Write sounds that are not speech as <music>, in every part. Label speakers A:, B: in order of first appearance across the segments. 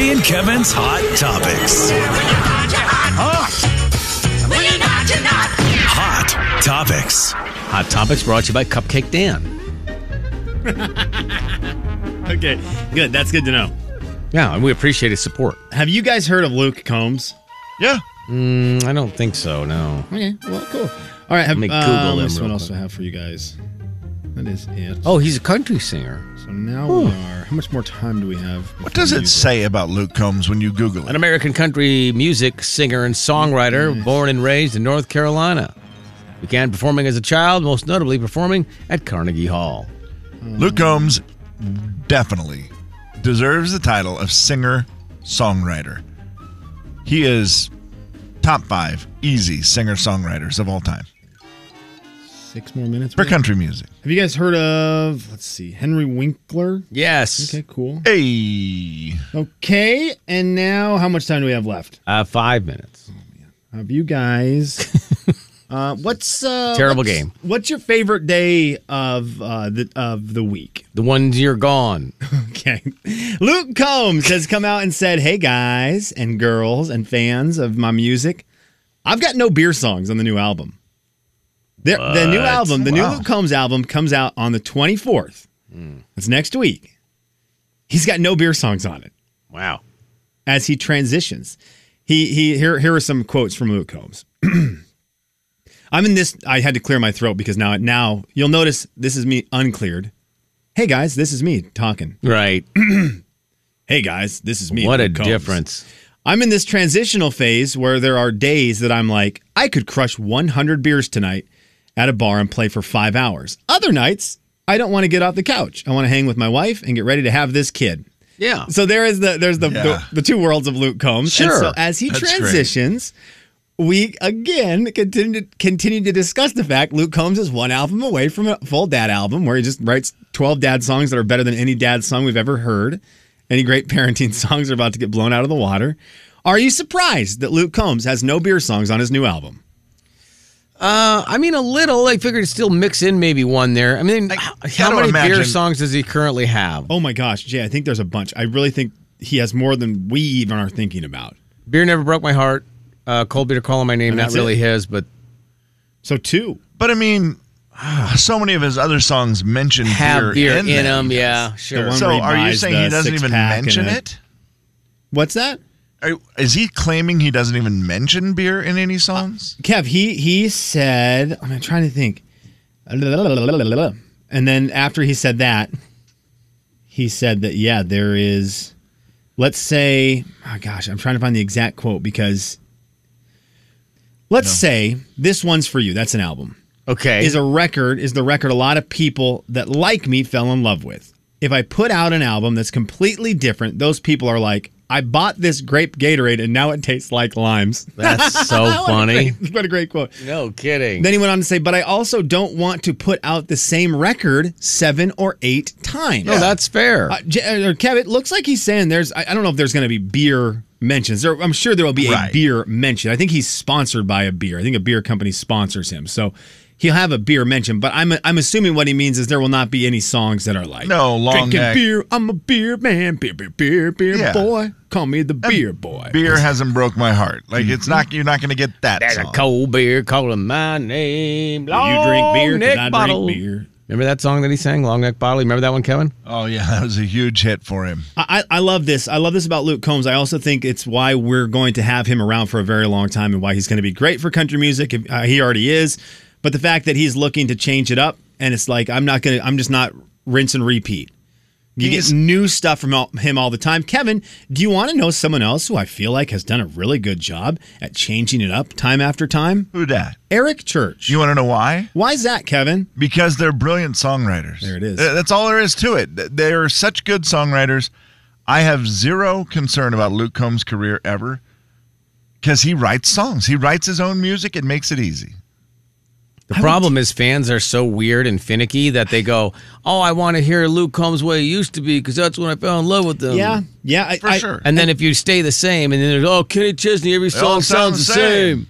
A: and Kevin's Hot Topics. Hot Topics.
B: Hot topics brought to you by Cupcake Dan.
C: Okay, good. That's good to know.
B: Yeah, and we appreciate his support.
C: Have you guys heard of Luke Combs?
D: Yeah.
B: Mm, I don't think so. No.
C: Okay, Oh, well, cool. All right, have,
B: me
C: uh,
B: Google
C: let's
B: him
C: see
B: real
C: What else
B: quick.
C: I have for you guys? That is it.
B: Oh, he's a country singer.
C: so now we are. How much more time do we have?
D: What
C: before
D: does
C: we
D: it
C: use
D: say about Luke Combs when you Google
B: An
D: it?
B: American country music singer and songwriter, born and raised in North Carolina. Began performing as a child, most notably performing at Carnegie Hall.
D: Luke Combs definitely deserves the title of singer songwriter. He is top five easy singer songwriters of all time
C: Six more minutes.
D: for
C: maybe?
D: country music.
C: Have you guys heard of? Let's see, Henry Winkler.
B: Yes.
C: Okay, cool.
D: Hey,
C: Okay, and now how much time do we have left?
B: Uh, five minutes.
C: Have
B: <laughs>
C: you guys? uh, what's uh,
B: Terrible
C: what's-
B: game.
C: What's your favorite day of uh, the of the week?
B: The ones you're gone.
C: Okay. Luke Combs has come out and said, Hey guys and girls and fans of my music, I've got no beer songs on the new album. The, the new album, the new Luke Combs album comes out on the 24th. It's next week. He's got no beer songs on it
B: Wow.
C: as he transitions. He he here here are some quotes from Luke Combs. <clears throat> I'm in this I had to clear my throat because now now you'll notice this is me uncleared. Hey guys, this is me talking.
B: <clears throat> Right.
C: Hey guys, this is me.
B: what a
C: Luke Combs.
B: difference.
C: I'm in this transitional phase where there are days that I'm like, I could crush 100 beers tonight at a bar and play for five hours. Other nights, I don't want to get off the couch. I want to hang with my wife and get ready to have this kid.
B: Yeah.
C: So there is the there's the
D: Yeah.
C: the, the two worlds of Luke Combs. And
B: Sure.
C: so as he
D: That's great.
C: transitions, we again continue to, continue to discuss the fact Luke Combs is one album away from a full dad album where he just writes 12 dad songs that are better than any dad song we've ever heard. Any great parenting <laughs> songs are about to get blown out of the water. Are you surprised that Luke Combs has no beer songs on his new album?
B: Uh, I mean, a little. I figured to still mix in maybe one there. I mean, h- how
D: gotta
B: many beer
D: imagine-
B: songs does he currently have?
C: Oh my gosh, Jay, I think there's a bunch. I really think he has more than we even are thinking about.
B: Beer never broke my heart. Uh, Cold beer calling my name.
C: And
B: Not
C: that's
B: really
C: it.
B: his, but
C: So two.
D: but I mean, ah, so many of his other songs mention
B: have beer in
D: them.
B: him. Yeah, <laughs>
C: The
B: sure.
C: one-
D: So
C: where he
D: are you
C: buys
D: saying
C: the
D: he doesn't even
C: six-pack and
D: mention
C: the-
D: it?
C: What's that?
D: Are, is he claiming he doesn't even mention beer in any songs?
C: Kev, he he said, I'm trying to think. And then after he said that, he said that yeah, there is let's say, oh gosh, I'm trying to find the exact quote because let's say this one's for you. That's an album.
B: Okay.
C: Is a record is the record a lot of people that like me fell in love with. If I put out an album that's completely different, those people are like, I bought this grape Gatorade and now it tastes like limes.
B: That's so funny.
C: <laughs> what a great quote.
B: No kidding.
C: Then he went on to say, but I also don't want to put out the same record seven or eight times.
B: No, that's fair.
C: Uh, J- or Kev, it looks like he's saying there's, I, I don't know if there's going to be beer mentions. There, I'm sure there will be
D: Right.
C: a beer mention. I think he's sponsored by a beer. I think a beer company sponsors him. So he'll have a beer mention, but I'm, I'm assuming what he means is there will not be any songs that are like,
D: No, long
C: drinking
D: neck.
C: beer, I'm a beer man, beer, beer, beer, beer
D: Yeah.
C: boy. Call me the beer boy.
D: Beer hasn't broke my heart. Like it's not. You're not going to get that.
B: There's a
D: song.
B: cold beer calling my name.
C: Will you drink beer?
B: Long neck
C: Because I
B: bottle.
C: drink beer.
B: Remember that song that he sang, Long Neck Bottle? You Remember that one, Kevin?
D: Oh yeah, <laughs> that was a huge hit for him.
C: I, I love this. I love this about Luke Combs. I also think it's why we're going to have him around for a very long time and why he's going to be great for country music. If- Uh, he already is. But the fact that he's looking to change it up and it's like, I'm not going to, I'm just not rinse and repeat. You
D: He's-
C: get new stuff from all, him all the time. Kevin, do you want to know someone else who I feel like has done a really good job at changing it up time after time?
D: Who dat?
C: Eric Church.
D: You want to know why?
C: Why's that, Kevin?
D: Because they're brilliant songwriters.
C: There it is.
D: Th- That's all there is to it. Th- They are such good songwriters. I have zero concern about Luke Combs' career ever, because he writes songs. He writes his own music and makes it easy.
B: The problem is fans are so weird and finicky that they go, "Oh, I want to hear Luke Combs way he used to be because that's when I fell in love with him."
C: yeah. Yeah. I,
D: For
C: I-
D: sure.
B: And then if you stay the same, and then there's, "Oh, Kenny Chesney, every song
D: all sound
B: sounds the
D: the same."
B: same."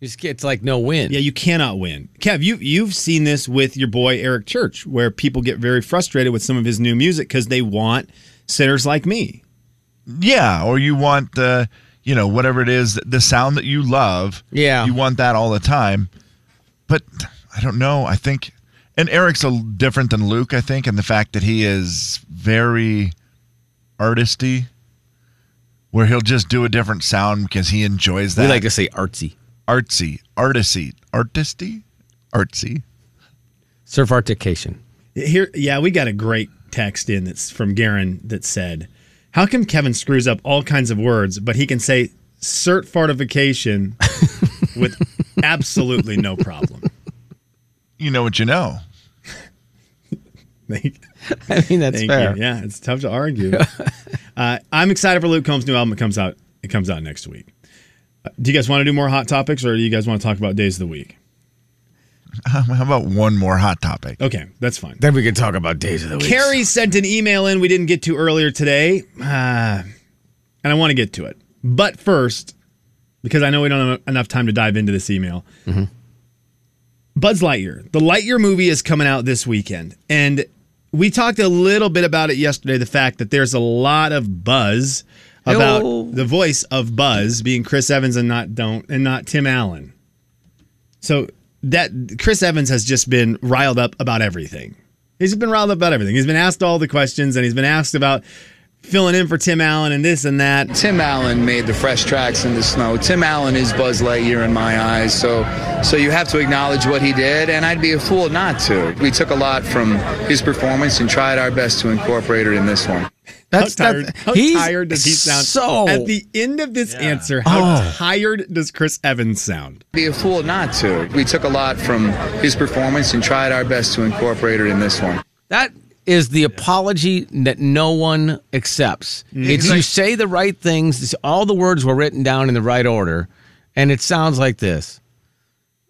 B: It's, it's like no win.
C: Yeah, you cannot win. Kev, you you've seen this with your boy Eric Church, where people get very frustrated with some of his new music because they want sinners like me.
D: Yeah, or you want the, you know, whatever it is, the sound that you love.
B: Yeah.
D: You want that all the time. But I don't know. I think, and Eric's a l- different than Luke, I think, in the fact that he is very artisty, where he'll just do a different sound because he enjoys that.
B: We like to say artsy.
D: artsy, artisy, artisty, artsy.
B: Surf artication. <laughs>
C: Here, yeah, we got a great text in that's from Garen that said, "How come Kevin screws up all kinds of words, but he can say cert fortification with <laughs> absolutely no problem?"
D: You know what you know.
C: Thank,
B: I mean, that's
C: thank
B: fair.
C: you. Yeah, it's tough to argue. uh, I'm excited for Luke Combs' new album. It comes out. It comes out next week. Uh, do you guys want to do more hot topics, or do you guys want to talk about days of the week?
D: Um, how about one more hot topic?
C: Okay, that's fine.
B: Then we can talk about days of the week.
C: Carrie sent an email in we didn't get to earlier today, uh, and I want to get to it. But first, because I know we don't have enough time to dive into this email, Buzz Lightyear. The Lightyear movie is coming out this weekend, and we talked a little bit about it yesterday. The fact that there's a lot of buzz about
B: Hello.
C: the voice of Buzz being Chris Evans and not don't and not Tim Allen. So that Chris Evans has just been riled up about everything. He's been riled up about everything. He's been asked all the questions, and he's been asked about filling in for Tim Allen and this and that.
E: Tim Allen made the fresh tracks in the snow. Tim Allen is Buzz Lightyear in my eyes, so so you have to acknowledge what he did, and I'd be a fool not to. We took a lot from his performance and tried our best to incorporate it in this one.
B: That's
C: how tired,
B: that's-
C: how
B: he's
C: tired does he sound?
B: So Oh.
C: at the end of this answer, how tired does Chris Evans sound?
E: Be a fool not to. We took a lot from his performance and tried our best to incorporate it in this one.
B: That is the apology that no one accepts. It's you say the right things. it's- all the words were written down in the right order, and it sounds like this,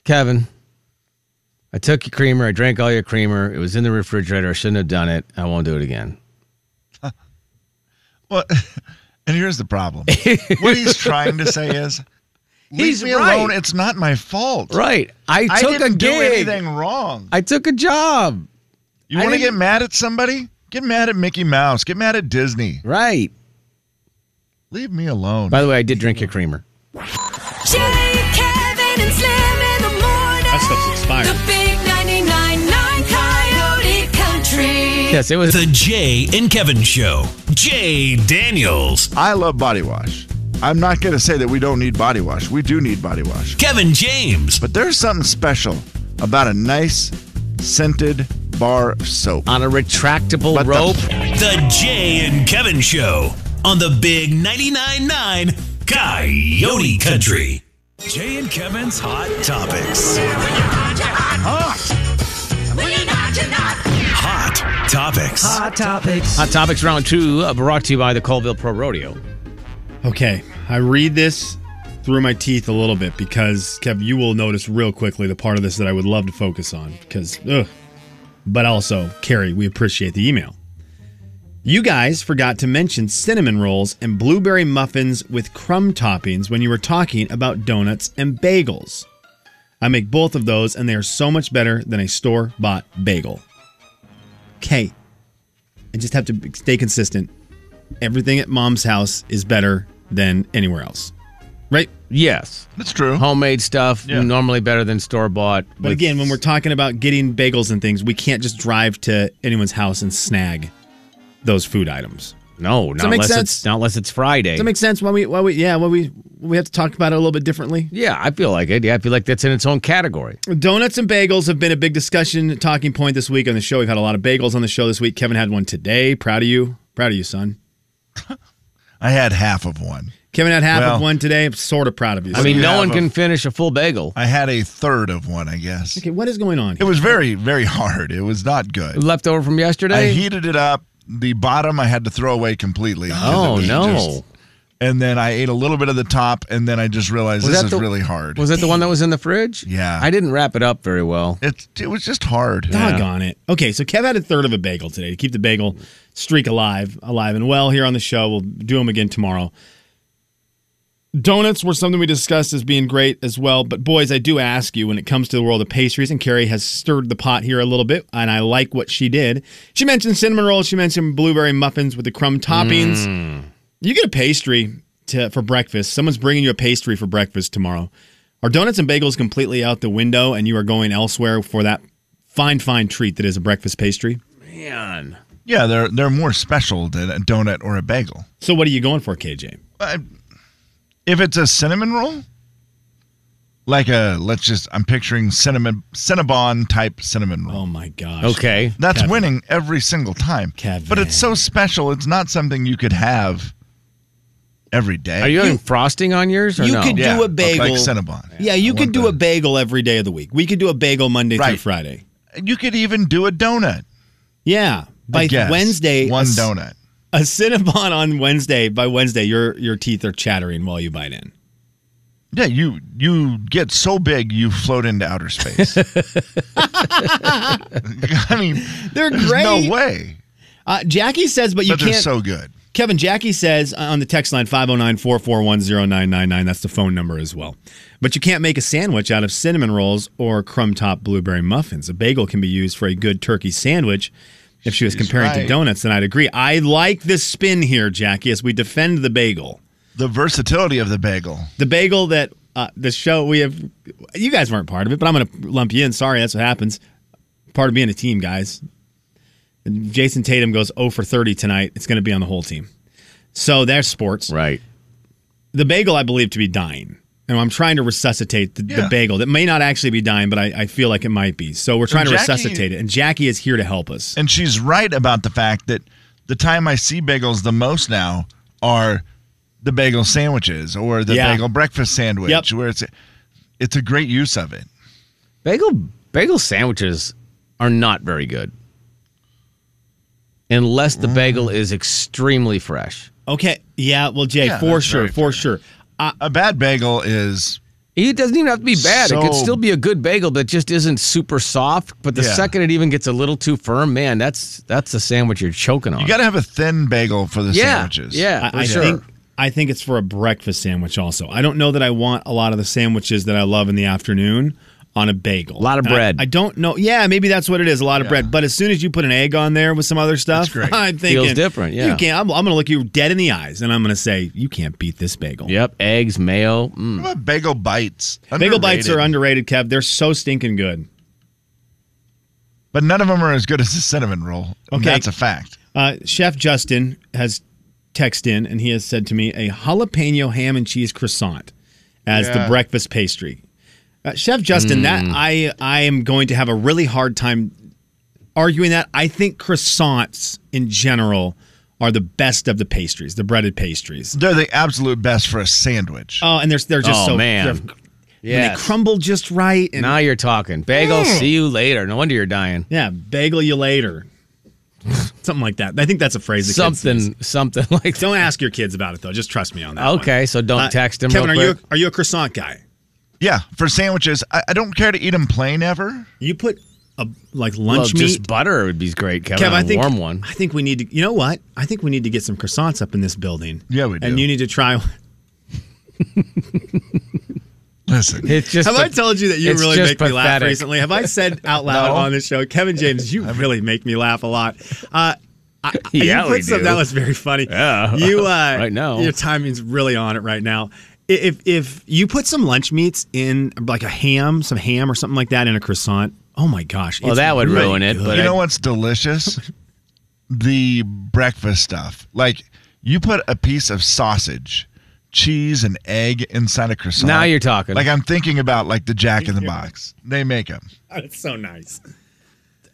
B: Kevin. I took your creamer. I drank all your creamer. It was in the refrigerator. I shouldn't have done it. I won't do it again.
D: Well, <laughs> and here's the problem. what
B: <laughs>
D: he's trying to say is, leave
B: He's
D: me
B: right.
D: alone. It's not my fault.
B: Right. I
D: I
B: took
D: didn't
B: a
D: do
B: gig.
D: anything wrong.
B: I took a job.
D: You
B: I
D: want to get
B: didn't-
D: mad at somebody? Get mad at Mickey Mouse. Get mad at Disney.
B: Right.
D: Leave me alone.
B: By the way, I did drink your creamer.
F: Jay, Kevin, and Slim in the morning.
C: That stuff's expired.
F: The big 99.9 Coyote Country.
B: Yes, it was.
A: The Jay and Kevin Show. Jay Daniels.
D: I love body wash. I'm not going to say that we don't need body wash. We do need body wash.
A: Kevin James.
D: But there's something special about a nice scented bar of soap.
B: on a retractable
D: But the-
B: rope.
A: The Jay and Kevin Show on the Big 99.9 9 Coyote Country. Jay and Kevin's Hot Topics. Hot Topics.
B: Hot topics round two, uh, brought to you by the Colville Pro Rodeo.
C: Okay, I read this through my teeth a little bit because Kev, you will notice real quickly the part of this that I would love to focus on because, ugh. but also Carrie, we appreciate the email. You guys forgot to mention cinnamon rolls and blueberry muffins with crumb toppings when you were talking about donuts and bagels. I make both of those and they are so much better than a store bought bagel. Okay. I just have to b- stay consistent. Everything at mom's house is better than anywhere else. Right?
B: Yes,
D: That's true.
B: homemade stuff
D: Yeah.
B: normally better than store bought.
C: But again, when we're talking about getting bagels and things, we can't just drive to anyone's house and snag those food items.
B: no, not
C: that make
B: unless it's
C: sense?
B: not unless it's Friday.
C: Does that make sense? Why we why we yeah, why we we have to talk about it a little bit differently?
B: yeah, I feel like it. Yeah, I feel like that's in its own category.
C: Donuts and bagels have been a big discussion talking point this week on the show. We've had a lot of bagels on the show this week. Kevin had one today. Proud of you. Proud of you, son.
D: I had half of one.
C: Kevin had half
D: Well-
C: of one today. I'm sort of proud of you.
B: I mean,
D: you
B: no
D: have
B: one
D: a-
B: can finish a full bagel.
D: I had a third of one, I guess.
C: okay, what is going on?
D: It
C: Here?
D: was very, very hard. It was not good.
B: Leftover from
D: I
B: yesterday.
D: heated it up. The bottom I had to throw away completely. 'cause it
B: oh
D: was
B: no,
D: just- and then I ate a little bit of the top, and then I just realized this
B: that
D: is
B: the-
D: really hard.
B: was that the one that was in the fridge?
D: Yeah.
B: I didn't wrap it up very well.
D: it, it was just hard.
C: Doggone it. Okay, so Kev had a third of a bagel today to keep the bagel streak alive, alive and well here on the show. We'll do them again tomorrow. Donuts were something we discussed as being great as well, but boys, I do ask you when it comes to the world of pastries, and Carrie has stirred the pot here a little bit, and I like what she did. She mentioned cinnamon rolls, she mentioned blueberry muffins with the crumb toppings. You get a pastry to, for breakfast. Someone's bringing you a pastry for breakfast tomorrow. Are donuts and bagels completely out the window and you are going elsewhere for that fine, fine treat that is a breakfast pastry?
B: Man.
D: Yeah, they're they're more special than a donut or a bagel.
C: So, what are you going for, KJ?
D: I- if it's a cinnamon roll, like a let's just I'm picturing cinnamon Cinnabon type cinnamon roll.
C: Oh my gosh.
B: Okay.
D: That's
C: Kevin.
D: winning every single time.
C: Kevin.
D: But it's so special. It's not something you could have every day.
B: Are you having frosting on yours or
C: You
B: no?
C: could
D: Yeah,
C: do a bagel.
D: like Cinnabon.
C: Yeah, you
D: I
C: could
D: want
C: do a bagel every day of the week. We could do a bagel Monday through
D: Right.
C: Friday.
D: You could even do a donut.
C: Yeah.
D: I
C: By
D: guess.
C: Wednesday,
D: one
C: a c-
D: donut.
C: a Cinnabon on Wednesday. By Wednesday, your your teeth are chattering while you bite in.
D: Yeah, you you get so big you float into outer space. <laughs> I mean,
C: <laughs> They're
D: there's
C: great.
D: no way.
C: Uh, Jackie says, but you
D: but they're
C: can't.
D: so good.
C: Kevin, Jackie says uh, on the text line 509 441 0999. That's the phone number as well. But you can't make a sandwich out of cinnamon rolls or crumb top blueberry muffins. A bagel can be used for a good turkey sandwich. If she was comparing to
D: right.
C: donuts, then I'd agree. I like this spin here, Jackie, as we defend the bagel.
D: The versatility of the bagel.
C: the bagel that uh, the show we have you guys weren't part of it but i'm gonna lump you in sorry that's what happens part of being a team guys And jason tatum goes 0 for 30 tonight it's gonna be on the whole team so there's sports
B: Right.
C: the bagel i believe to be dying and i'm trying to resuscitate the, the
D: Yeah.
C: bagel that may not actually be dying but i, I feel like it might be so we're trying to
D: Jackie-
C: resuscitate it and jackie is here to help us
D: And she's right about the fact that the time I see bagels the most now are the bagel sandwiches or the
C: Yeah.
D: bagel breakfast sandwich
C: Yep.
D: where it's it's a great use of it.
B: Bagel bagel sandwiches are not very good. Unless the bagel is extremely fresh.
C: okay yeah well jay
D: Yeah,
C: for
D: that's
C: sure
D: very
C: for sure uh,
D: A bad bagel is
B: It doesn't even have to be bad. it could
D: So-
B: still be a good bagel that just isn't super soft. But the
D: Yeah.
B: second it even gets a little too firm, man, that's that's the sandwich you're choking on.
D: you got to have a thin bagel for the
B: yeah,
D: sandwiches.
B: yeah, for
C: I, I
B: sure.
C: think I think it's for a breakfast sandwich also. I don't know that I want a lot of the sandwiches that I love in the afternoon on a bagel. A
B: Lot of bread.
C: I, don't know. Yeah, maybe that's what it is. A lot of bread. But as soon as you put an egg on there with some other stuff, <laughs>
D: great.
C: I'm thinking
B: different, yeah.
C: you can't. I'm, I'm going to look you dead in the eyes and I'm going to say you can't beat this bagel.
B: Yep, eggs, mayo. Mm.
D: What about bagel bites?
C: Bagel bites are
D: Underrated.
C: underrated, Kev. They're so stinking good.
D: But none of them are as good as the cinnamon roll.
C: Okay.
D: Okay. That's a fact.
C: Uh, Chef Justin has texted in and he has said to me a jalapeno ham and cheese croissant as the
D: Yeah.
C: breakfast pastry. Uh, Chef Justin, that
B: Mm.
C: I I am going to have a really hard time arguing that. I think croissants in general are the best of the pastries, the breaded pastries.
D: They're the absolute best for a sandwich.
C: Oh, and they're they're just
B: Oh,
C: so
B: man.
C: they're- when they
B: Yes.
C: crumble just right and
B: Now you're talking. Bagel, see you later. No wonder you're dying.
C: yeah, bagel you later. <laughs> Something like that. I think that's a phrase. the kids use.
B: Something, something <laughs> like that.
C: Don't ask your kids about it though. Just trust me on that. one.
B: Okay, so don't
C: Uh,
B: text him.
C: Kevin,
B: real
C: are you
B: quick.
C: are you a croissant guy?
D: yeah, for sandwiches, I, I don't care to eat them plain ever.
C: You put a like lunch
B: Well,
C: meat.
B: just butter would be great, Kevin.
C: Kev,
B: on
C: I
B: a
C: think
B: warm one.
C: I think we need to. You know what? I think we need to get some croissants up in this building.
D: Yeah, we
C: And
D: do.
C: you need to try. one.
D: Listen,
B: It's just
C: Have I
B: the-
C: told you that you
B: it's
C: really
B: just
C: make me laugh
B: pathetic.
C: recently? Have I said out loud
D: No.
C: on the show, Kevin James,
B: <laughs>
C: you really make me laugh a lot. Uh, I, I-
B: Yeah,
C: you put
B: we
C: some,
B: do.
C: that was very funny.
B: Yeah.
C: You
B: <laughs>
C: uh,
B: Right now.
C: your timing's really on it right now. I- If if you put some lunch meats in like a ham, some ham or something like that in a croissant, oh my gosh!
B: Well,
C: it's
B: that would
C: really
B: ruin it,
C: good.
B: but
D: you
B: I-
D: know what's delicious?
B: <laughs>
D: the breakfast stuff. Like you put a piece of sausage, cheese, and egg inside a croissant.
B: Now you're talking.
D: Like I'm thinking about like the Jack in the Box. They make them.
C: <laughs> It's so nice.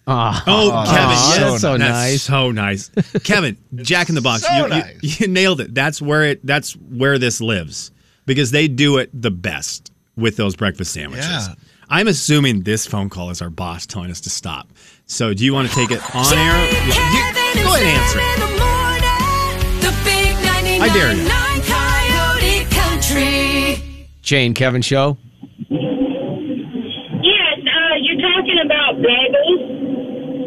B: Aw.
C: Oh, Kevin,
B: aw,
C: yes.
B: that's so
C: That's
B: nice.
C: so nice. Kevin, Jack in the Box,
D: so
C: you, you-
D: nice.
C: you nailed it. That's where it. That's where this lives because they do it the best with those breakfast sandwiches.
D: Yeah.
C: I'm assuming this phone call is our boss telling us to stop. So, do you want to take it on
F: Jay,
C: air?
F: Kevin,
C: You-
F: and
C: go ahead and
F: Slim
C: answer. it.
F: in the morning. The big 99.9
C: I dare you.
F: Coyote Country.
B: Jane Kevin show.
G: Yes, uh, you're talking about bagels.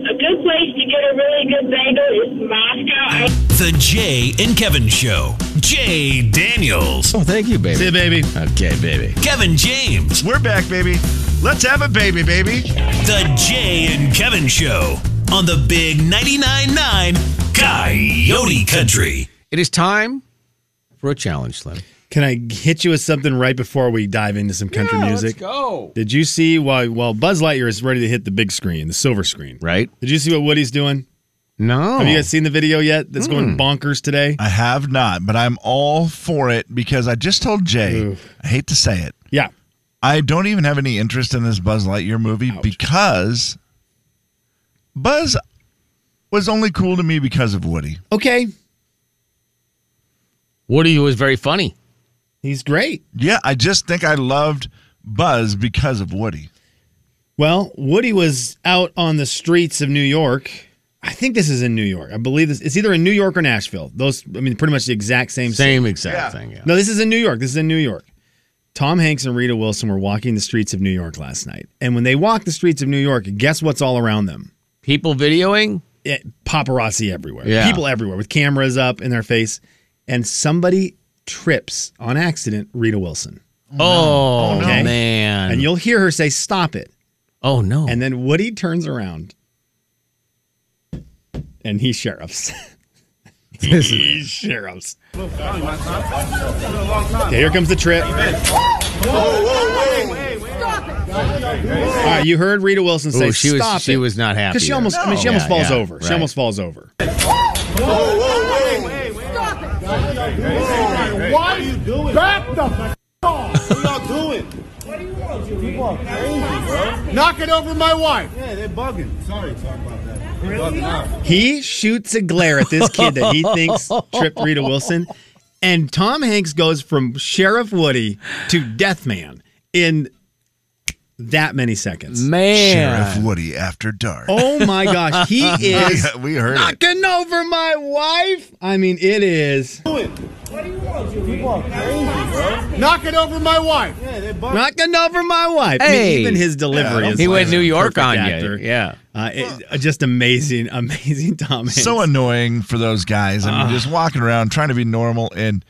G: A good place to get a really good bagel is Moscow. I
A: The Jay and Kevin Show. Jay Daniels,
B: Oh, thank you, baby.
C: See you, baby.
B: Okay, baby.
A: Kevin James,
D: We're back, baby. Let's have a baby, baby.
A: The Jay and Kevin Show on the Big 99.9 Coyote Country.
B: It is time for a challenge, Slim.
C: Can I hit you with something right before we dive into some country music?
B: go.
C: Did you see while while Buzz Lightyear is ready to hit the big screen, the silver screen?
B: Right?
C: Did you see what Woody's doing?
B: No.
C: Have you guys seen the video yet? That's going bonkers today.
D: I have not, but I'm all for it because I just told Jay, I hate to say it,
C: Yeah.
D: I don't even have any interest in this Buzz Lightyear movie because Buzz was only cool to me because of Woody.
C: Okay.
B: Woody was very funny.
C: He's great.
D: Yeah, I just think I loved Buzz because of Woody.
C: Well, Woody was out on the streets of New York. I think this is in New York. I believe this. It's either in New York or Nashville. Those, I mean, pretty much the exact same. city.
B: Same exact thing. Yeah.
C: No, this is in New York. This is in New York. Tom Hanks and Rita Wilson were walking the streets of New York last night. And when they walked the streets of New York, guess what's all around them?
B: People videoing?
C: It, paparazzi everywhere.
B: Yeah.
C: People everywhere with cameras up in their face. And somebody trips on accident Rita Wilson.
B: Oh,
C: Okay.
B: man.
C: And you'll hear her say, Stop it.
B: oh, no.
C: And then Woody turns around and he sheriffs. <laughs> he sheriffs. Okay, here comes the trip. All right, you heard Rita Wilson say,
B: Ooh, she was-
C: "Stop
B: she
C: it,"
B: was not happy
C: because she
B: there.
C: almost, I mean, she
B: No.
C: almost
B: Yeah,
C: falls
B: yeah,
C: over. She
B: right.
C: almost falls over. He shoots a glare at this kid that he thinks tripped Rita Wilson, and Tom Hanks goes from Sheriff Woody to Death Man in that many seconds.
B: man.
D: Sheriff Woody after dark.
C: Oh my
B: <laughs>
C: gosh, he is
D: <laughs> we heard it.
C: knocking over my wife. I mean, it is. Knocking over my wife. I
B: Hey.
C: mean, even his delivery
D: Yeah,
C: is.
B: He
C: like
B: went
C: a
B: New York
C: perfect
B: on
C: actor.
B: you. Yeah.
C: Uh, it- uh, just amazing, <laughs> amazing Tom Hanks.
D: so annoying for those guys.
B: Ah.
D: I mean, just walking around trying to be normal and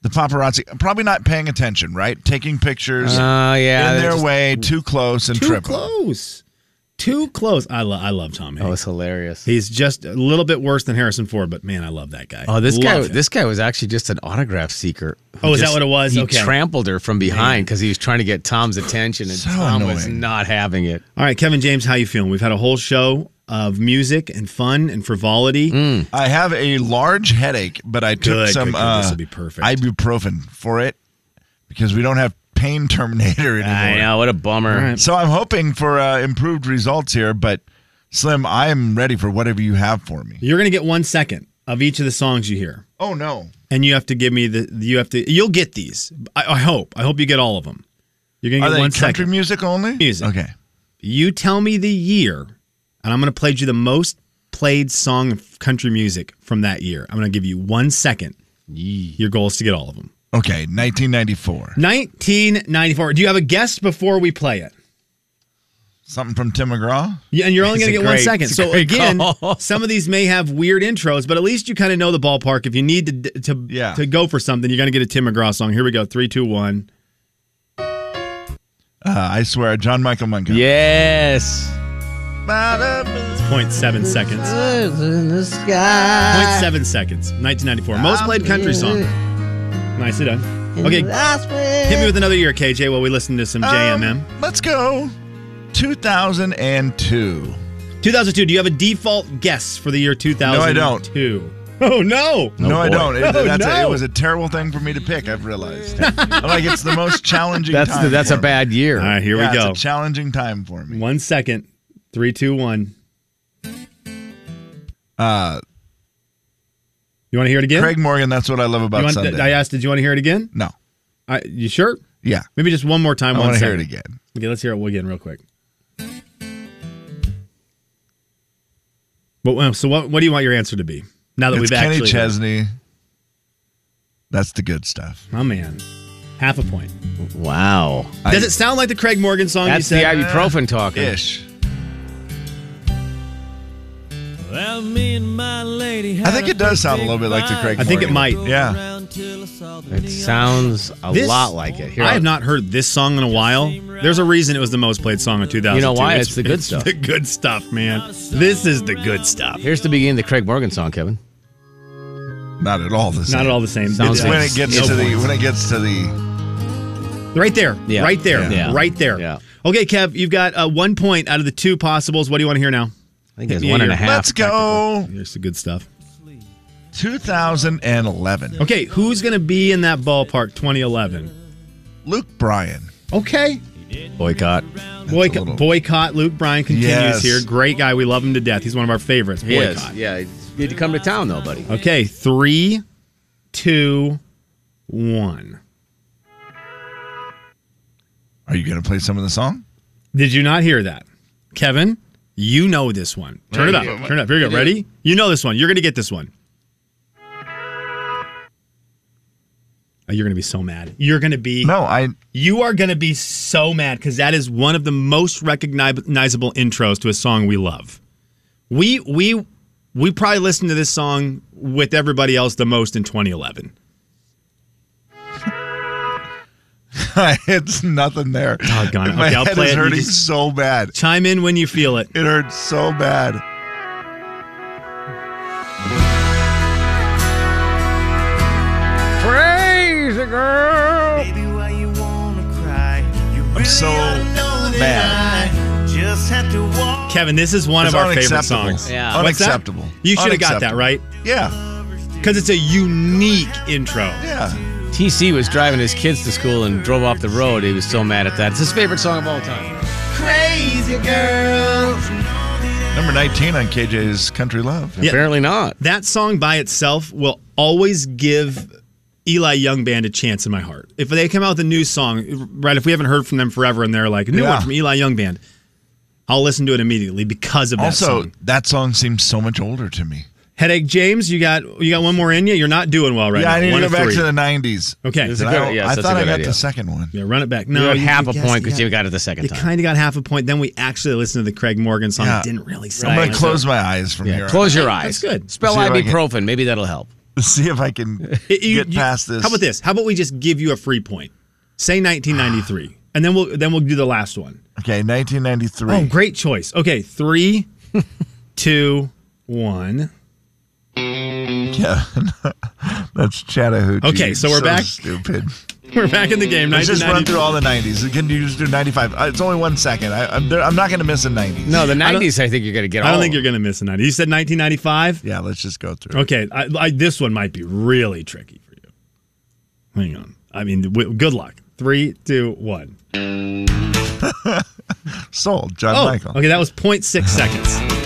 D: the paparazzi probably not paying attention, right? Taking pictures
B: Uh, yeah.
D: in
B: they're
D: their
B: just-
D: way, too close and
C: too
D: triple.
C: close, too close. I love, I love Tom
B: Oh,
C: Hanks.
B: it's hilarious.
C: He's just a little bit worse than Harrison Ford, but man, I love that guy.
B: Oh, this guy!
C: Love him.
B: This guy was actually just an autograph seeker. who
C: Oh, is that
B: just-
C: what it was?
B: He
C: Okay.
B: trampled her from behind because he was trying to get Tom's attention, and
D: So
B: Tom was
D: annoying.
B: not having it.
C: All right, Kevin James, how you feeling? We've had a whole show of music and fun and frivolity.
B: Mm.
D: I have a large headache, but I took
C: Good,
D: some
C: good, good.
D: uh,
C: This will be perfect.
D: ibuprofen for it because we don't have pain terminator <laughs> anymore.
B: I know what a bummer.
C: right.
D: So I'm hoping for uh, improved results here, but Slim, I am ready for whatever you have for me.
C: You're gonna get one second of each of the songs you hear.
D: Oh no.
C: and you have to give me the you have to you'll get these i, I hope i hope you get all of them you're gonna
D: Are
C: get
D: they
C: one
D: country
C: second
D: music only?
C: Music.
D: Okay.
C: you tell me the year and i'm gonna play you the most played song of country music from that year i'm gonna give you one second your goal is to get all of them
D: Okay, 1994.
C: 1994 do you have a guess before we play it
D: Something from Tim McGraw?
C: yeah, and you're only
B: It's
C: going to
B: a
C: get one
B: great-
C: second.
B: it's a
C: So
B: great
C: again,
B: call.
C: some of these may have weird intros, but at least you kind of know the ballpark. If you need to to,
D: Yeah.
C: to go for something, you're going to get a Tim McGraw song. Here we go. Three, two, one.
D: Uh, I swear, John Michael Montgomery.
B: Yes.
D: Yeah.
C: Point seven seconds.
B: In the sky.
C: 0.7 seconds, 1994. Most played country song. Nicely done. Okay, hit me with another year, KJ, while we listen to some
B: Um,
C: JMM.
D: let's go.
C: Oh,
D: 2002.
C: 2002, do you have a default guess for the year 2002?
D: I don't.
C: <laughs> Oh, no.
D: no, I don't. It,
C: Oh,
D: that's a,
C: no.
D: it was a terrible thing for me to pick, I've realized. I'm like, it's the
C: <laughs>
D: most challenging
B: That's
D: time.
B: the, that's a
D: for me.
B: bad year.
C: All right, here
D: Yeah,
C: we go.
D: It's a challenging time for me.
C: one second. Three, two, one.
D: Uh,
C: You want to hear it again?
D: Craig Morgan, that's what I love
C: You
D: about
C: want-
D: Sunday.
C: I asked, did you want to hear it again?
D: no.
C: I, you sure?
D: Yeah.
C: Maybe just one more time.
D: I
C: one
D: want to hear it
C: second.
D: again.
C: Okay, let's hear it again real quick. But, uh, so what, what do you want your answer to be? Now that
D: It's
C: Oh, we've
D: Kenny
C: actually
D: Chesney. That's the good stuff.
C: Oh man, half a point.
B: Wow.
C: Does
D: I-
C: it sound like the Craig Morgan song
B: That's
C: you
B: the
C: said?
B: ibuprofen talking.
D: Ish.
H: Well, me and my lady
D: I think it does sound a little bit like the Craig
C: I think it
D: Morgan.
C: might.
D: Yeah.
B: It sounds a
C: This-
B: lot like it. Here,
C: I have not heard this song in a while. There's a reason it was the most played song of 2002.
B: You know why? It's the good stuff.
C: The good stuff, man. This is the good stuff.
B: Here's the beginning of the Craig Morgan song, Kevin.
D: Not at all the same.
C: Not at all the same.
B: Sounds
D: It's
B: like
D: when it gets
C: No
D: to the
C: points.
D: when it gets to the
C: Right there.
B: Yeah.
C: Right there.
B: Yeah.
C: Right there.
B: Yeah.
C: Okay, Kev, you've got uh, one point out of the two possibles. What do you want to hear now?
B: I think it's
C: Yeah,
B: one and a
C: you're-
B: half.
D: let's go
C: Here's the good stuff.
D: 2011.
C: Okay, who's going to be in that ballpark 2011?
D: Luke Bryan.
C: Okay.
B: Boycott.
C: Boycott,
D: little-
C: boycott Luke Bryan continues
D: Yes.
C: here. Great guy. We love him to death. He's one of our favorites.
B: He is.
C: Boycott.
B: Yeah. You need to come to town, though, buddy.
C: Okay, three, two, one.
D: Are you going to play some of the song?
C: Did you not hear that? Kevin, you know this one. Turn it up. Turn it up. Here you go. Ready? You know this one. You're going to get this one. Oh, you're going to be so mad. You're going to be.
D: No, I
C: You are going to be so mad because that is one of the most recognizable intros to a song we love. We we we probably listened to this song with everybody else the most in 2011.
D: <laughs> it's nothing there.
C: Doggone it.
D: My
C: Okay, I'll
D: head
C: play it
D: is
C: and you
D: hurting
C: just-
D: so bad.
C: Chime in when you feel it.
D: It hurts so bad.
B: Crazy girl.
I: Baby, why you wanna cry? You
D: I'm so mad.
I: I just have to walk.
C: Kevin, this is one
D: It's
C: of our favorite
D: unacceptable.
C: songs.
B: Yeah.
C: What's that?
D: Unacceptable.
C: You should have got that
D: Unacceptable.
C: right.
D: Yeah,
C: Because it's a unique intro.
D: yeah.
B: TC was driving his kids to school and drove off the road. He was so mad at that. It's his favorite song of all time.
I: Crazy girl.
D: Number 19 on KJ's Country Love.
C: Yeah.
B: Apparently not.
C: That song by itself will always give Eli Young Band a chance in my heart. If they come out with a new song, right, if we haven't heard from them forever and they're like, new
D: Yeah.
C: one from Eli Young Band, I'll listen to it immediately because of that
D: Also,
C: song.
D: that song seems so much older to me.
C: Headache James, you got you got one more in you? You're not doing well right
D: yeah,
C: now.
D: I need
C: one
D: to go
C: of
D: back
C: three.
D: to the 90s.
C: Okay.
B: This is
D: And
B: good.
D: I, don't-
B: Yes,
D: I
B: that's a
D: thought I
B: good
D: got
B: idea.
D: the second one.
C: Yeah, run it back.
B: You
C: No,
B: got
C: you,
B: half a
C: you
B: point because
C: got-
B: you got it the second
C: you
B: time.
C: kind of got half a point. Then we actually listened to the Craig Morgan song.
D: Yeah.
C: It didn't really sound
D: I'm going
C: like
D: to
C: it.
D: close my eyes from here.
B: Yeah,
D: on.
B: close your
C: That's
B: eyes.
C: good.
B: Spell
D: See if I can-
B: ibuprofen. Maybe that'll help.
D: <laughs> See if I can
C: It- you-
D: get
C: you-
D: past this.
C: How about this? How about we just give you a free point?
D: <sighs>
C: Say 1993, and then we'll then we'll do the last one.
D: Okay, 1993.
C: Oh, great choice.
D: <laughs>
C: Okay, three, two, one.
D: Yeah. <laughs> That's Chattahoochee.
C: Okay, so we're back.
D: Stupid.
C: We're back in the game.
D: Let's just run
C: 1990
D: through all the 90s. Can you just do 95? Uh, It's only one second. I, I'm, there, I'm not going to miss a 90s.
B: No, the
C: I don't-
B: nineties. I, think you're gonna get.
C: I
B: all
C: don't
B: of
C: think you're
B: them.
C: gonna miss a 90. You said 1995.
D: Yeah, let's just go through.
C: Okay, I, I, this one might be really tricky for you. Hang on. I mean, w- good luck. Three, two, one.
D: Sold, John
C: Oh,
D: Michael.
C: okay, that was 0.6 seconds. <laughs>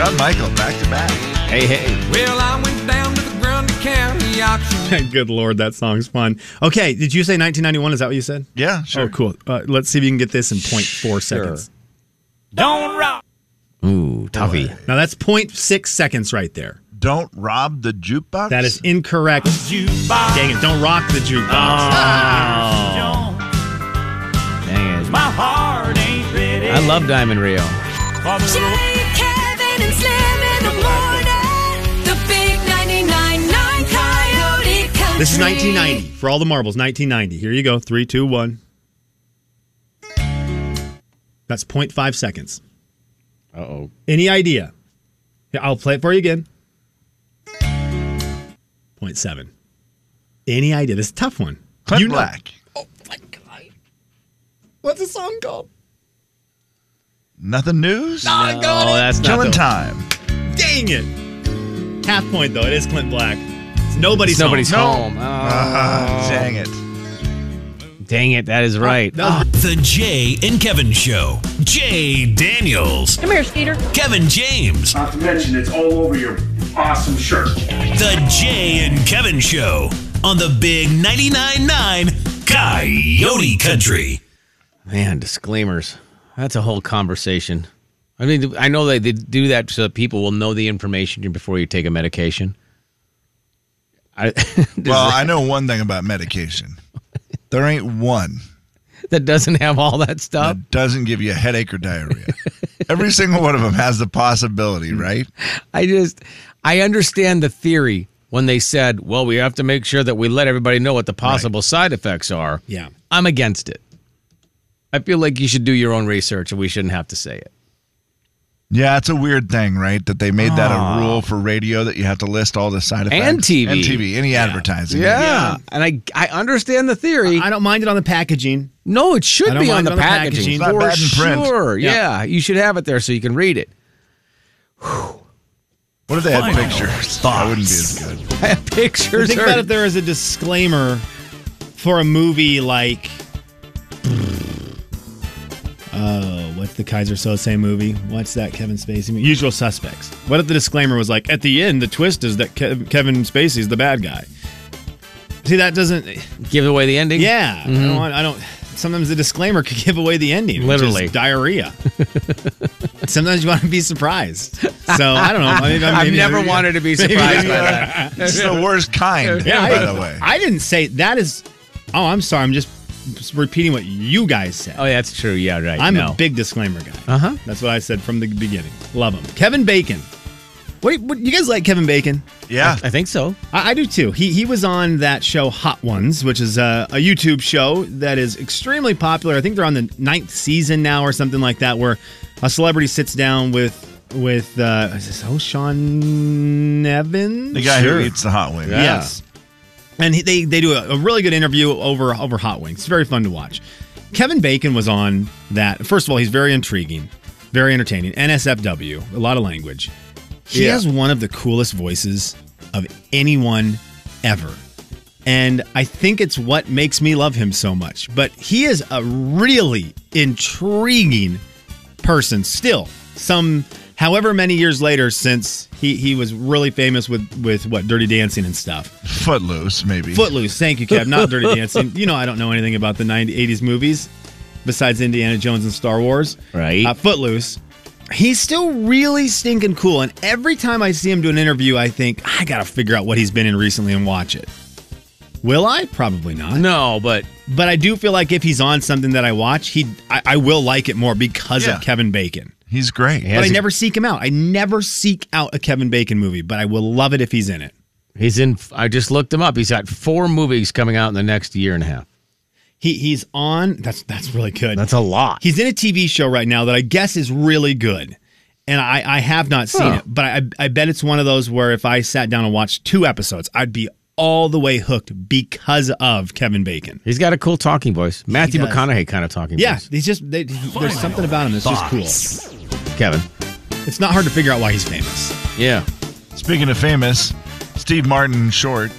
D: John Michael, back to back.
B: Hey, hey.
H: Well, I went down to the ground to county auction.
C: good lord, that song's fun. Okay, did you say 1991? Is that what you said?
D: Yeah, sure.
C: Oh, cool. Uh, let's see if you can get this in 0.4 seconds.
H: Don't rock.
B: Ooh, toughy.
C: Now that's 0.6 seconds right there.
D: Don't rob the jukebox.
C: That is incorrect.
H: You buy
C: Dang it, don't rock the jukebox.
B: Dang it.
H: my heart ain't ready.
B: I love Diamond Rio.
H: for the road.
F: Jay, Kevin, and Slim in the morning. The big 99.9 Coyote Country.
C: This is 1990 for all the marbles. 1990. Here you go. Three, two, one. That's 0.5 seconds.
B: Uh oh.
C: Any idea? Here, I'll play it for you again. 0.7. Any idea? This is a tough one.
D: Clint
C: You know- Oh,
D: Black.
C: What's the song called?
D: Nothing news.
B: I got oh, that's not
D: Killing
B: the-
D: time.
C: Dang it! Half point though. It is Clint Black. It's nobody's.
B: It's nobody's
C: home.
B: home. Oh,
D: Ah, dang it.
B: dang it. That is right.
C: No.
A: The Jay and Kevin Show. Jay Daniels. Come here, Skeeter. Kevin James.
J: Not to mention, it's all over your awesome shirt.
A: The Jay and Kevin Show on the Big 99.9 Coyote Country.
B: Man, disclaimers. That's a whole conversation. I mean, I know they, they do that so that people will know the information before you take a medication. I, <laughs>
D: Well, I know one thing about
C: <laughs>
D: medication. There ain't one
B: that doesn't have all that stuff.
D: that doesn't give you a headache or diarrhea. Every single one of them has the
C: Mm.
D: possibility, right?
B: I just, I understand the theory when they said, well, we have to make sure that we let everybody know what the possible side effects are.
C: Yeah.
B: I'm against it. I feel like you should do your own research and we shouldn't have to say it.
D: Yeah, it's a weird thing, right? That they made that a rule for radio that you have to list all the side effects
B: And TV.
D: and TV, any advertising.
B: Yeah. And I I understand the theory.
C: I don't mind it on the packaging.
B: no, it
C: I
B: should
C: don't
B: be on
C: mind
B: the
C: it on the packaging.
B: packaging.
C: It's
D: not
B: for
D: bad in print.
B: sure.
C: Yeah.
B: Yeah. You should have it there so you can read it. <laughs>
D: What if they had
A: Final
D: pictures? That wouldn't be as good.
B: Pictures
C: Think
B: are-
C: about if there was a disclaimer for a movie like. Oh, what's the Kaiser Sose movie? What's that Kevin Spacey movie? Usual Suspects. What if the disclaimer was like, at the end, the twist is that Kev- Kevin Spacey's the bad guy? See, that doesn't.
B: give away the ending.
C: Yeah. I, don't want, I don't. Sometimes the disclaimer could <laughs> give away the ending. which is
B: Literally. <laughs>
C: diarrhea. sometimes you want to be surprised. So I
B: <laughs>
C: don't know. I
B: <laughs>
C: mean,
B: I've
C: maybe-
B: never
C: maybe-
B: wanted to be
C: <laughs> maybe-
B: surprised by that.
D: It's the worst kind,
C: <laughs> Yeah,
D: by
C: I,
D: the way.
C: I didn't say that is. Oh, I'm sorry. I'm just repeating what you guys said.
B: Oh, yeah, that's true. Yeah, right.
C: I'm
B: no.
C: a big disclaimer guy.
B: Uh-huh.
C: That's what I said from the beginning. Love him. Kevin Bacon. What, what you guys like Kevin Bacon?
D: yeah.
B: I think so.
C: I, I do too. He he was on that show Hot Ones, which is a, a YouTube show that is extremely popular. I think they're on the ninth season now or something like that, where a celebrity sits down with with uh, is this host Sean Evans?
D: The guy
C: Sure.
D: who eats the hot wings.
C: Yes. And he- they they do a, a really good interview over over hot wings. It's very fun to watch. Kevin Bacon was on that. First of all, he's very intriguing, very entertaining. NSFW, a lot of language. He
D: Yeah.
C: has one of the coolest voices of anyone ever. And I think it's what makes me love him so much. But he is a really intriguing person still. Some however many years later since he, he was really famous with, with what Dirty Dancing and stuff.
D: Footloose, maybe.
C: Footloose. Thank you, Kev. Not Dirty Dancing. You know, I don't know anything about the 90s, 80s movies besides Indiana Jones and Star Wars.
B: Right.
C: Uh, Footloose. He's still really stinking cool. And every time I see him do an interview, I think, I got to figure out what he's been in recently and watch it. Will I? Probably not.
B: No, but
C: But I do feel like if he's on something that I watch, he I, I will like it more because
D: Yeah.
C: of Kevin Bacon.
D: He's great.
C: But I never seek him out. I never seek out a Kevin Bacon movie, but I will love it if he's in it.
B: he's in. I just looked him up. He's got four movies coming out in the next year and a half.
C: He he's on. That's that's really good.
B: That's a lot.
C: He's in a TV show right now that I guess is really good. And I, I have not seen
B: Huh.
C: it, but I, I bet it's one of those where if I sat down and watched two episodes, I'd be all the way hooked because of Kevin Bacon.
B: He's got a cool talking voice. Matthew
C: does.
B: McConaughey kind of talking
C: Yeah,
B: voice.
C: he's just they, there's something about him that's just
A: Thoughts.
B: Yeah. Kevin.
C: cool. It's not hard to figure out why he's famous.
B: Yeah.
D: Speaking of famous, Steve Martin short.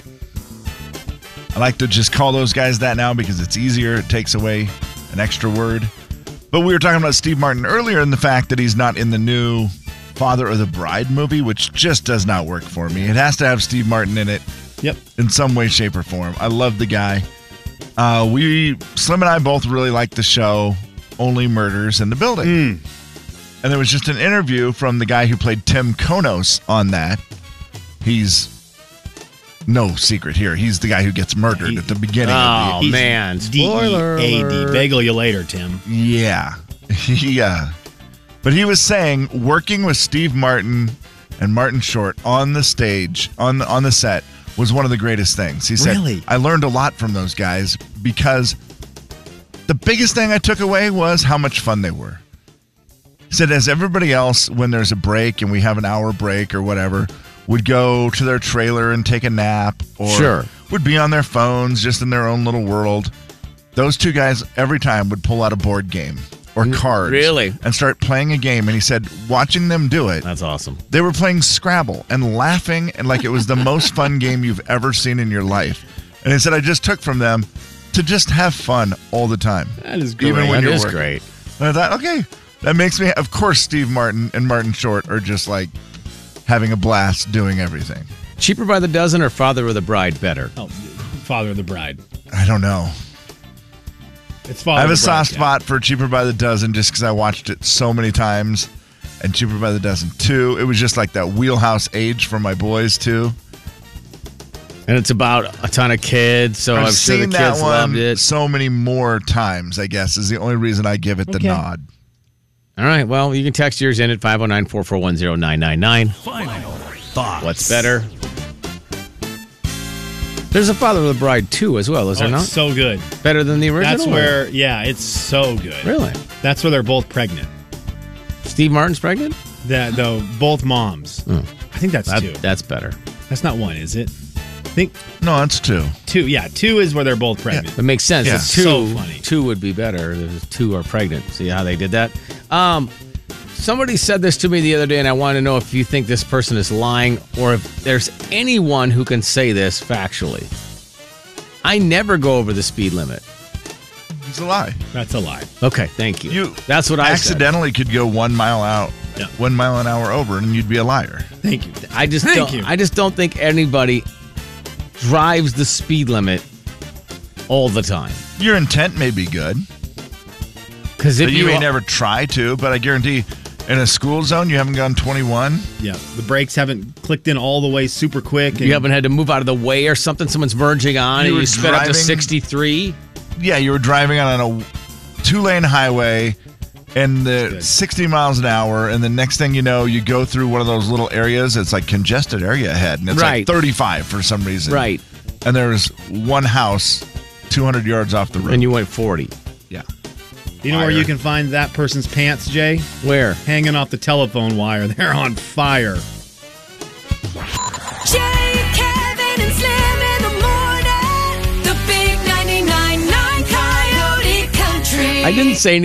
D: I like to just call those guys that now because it's easier. It takes away an extra word. But we were talking about Steve Martin earlier and the fact that he's not in the new Father of the Bride movie, which just does not work for me. It has to have Steve Martin in it
C: Yep.
D: in some way, shape, or form. I love the guy. Uh, we Slim and I both really like the show Only Murders in the Building. And there was just an interview from the guy who played Tim Konos on that. He's no secret here. He's the guy who gets murdered at the beginning.
B: Oh
D: of the,
B: man.
C: D E
B: Spoiler
C: A D.
B: alert.
C: Bagel you later, Tim.
D: yeah, <laughs> yeah. But he was saying working with Steve Martin and Martin Short on the stage on the, on the set was one of the greatest things. He said,
C: Really?
D: "I learned a lot from those guys because the biggest thing I took away was how much fun they were." He said, "As everybody else, when there's a break and we have an hour break or whatever, would go to their trailer and take a nap, or
B: Sure.
D: would be on their phones just in their own little world." Those two guys every time would pull out a board game or cards
B: Mm, really?
D: and start playing a game. And he said, watching them do it,
B: That's awesome.
D: they were playing Scrabble and laughing and like it was the most
B: <laughs>
D: fun game you've ever seen in your life. And he said, I just took from them to just have fun all the time.
C: That is
D: Even when
B: That
D: you're
B: is
D: working.
B: great.
D: And I thought, okay, that makes me. Of course, Steve Martin and Martin Short are just like having a blast doing everything.
B: Cheaper by the dozen or Father of the Bride better?
C: Oh, Father of the Bride.
D: I don't know.
C: It's Father.
D: I have
C: of
D: a
C: the Bride,
D: soft
C: yeah.
D: spot for Cheaper by the Dozen just because I watched it so many times. And Cheaper by the Dozen too. It was just like that wheelhouse age for my boys, too.
B: And it's about a ton of kids, so
D: I've
B: Oh, I'm sure
D: seen
B: the
D: that
B: kids loved
D: one
B: it.
D: so many more times, I guess, is the only reason I give it the
C: Okay.
D: nod.
B: All right. Well, you can text yours in at 509 441 999
A: Final thoughts.
B: What's better? There's a Father of the Bride 2 as well, is
C: Oh,
B: there
C: it's
B: not?
C: so good.
B: better than the original?
C: That's where. Yeah, it's so good.
B: Really?
C: That's where they're both pregnant.
B: Steve Martin's pregnant?
C: The, the both moms. I think that's
B: That-
C: two.
B: that's better.
C: That's not one, is it? I think
D: No, that's two.
C: two. Yeah, two is where they're both pregnant.
B: That makes sense.
D: Yeah.
B: It's two,
C: So funny.
B: two would be better. There's two are pregnant. See how they did that? Um, somebody said this to me the other day, and I want to know if you think this person is lying or if there's anyone who can say this factually. I never go over the speed limit.
D: It's a lie.
C: That's a lie.
B: Okay, thank you.
D: You
B: That's what I
D: accidentally could go one mile out,
C: Yeah.
D: one mile an hour over, and you'd be a liar.
C: Thank you.
B: said. I just
C: Thank
B: don't,
C: you.
B: I just don't think anybody drives the speed limit all the time.
D: Your intent may be good,
B: Because if
D: but you
B: you
D: may never try to. But I guarantee, in a school zone, you haven't gone 21.
C: Yeah, the brakes haven't clicked in all the way super quick. And
B: you haven't had to move out of the way or something, someone's verging on,
D: You
B: and
D: were
B: you sped up to
D: driving-
B: 63.
D: Yeah, you were driving on a two-lane highway, and the 60 miles an hour, and the next thing you know, you go through one of those little areas. It's like congested area ahead, and it's
B: Right.
D: like 35 for some reason.
B: Right.
D: And there's one house, 200 yards off the road.
B: And you went 40.
D: yeah.
C: You know where
D: Liar.
C: you can find that person's pants, Jay?
B: Where?
C: Hanging off the telephone wire. <laughs> They're on fire.
F: Jay, Kevin, and Slim in the morning. The big 99.9 Coyote Country.
B: I didn't say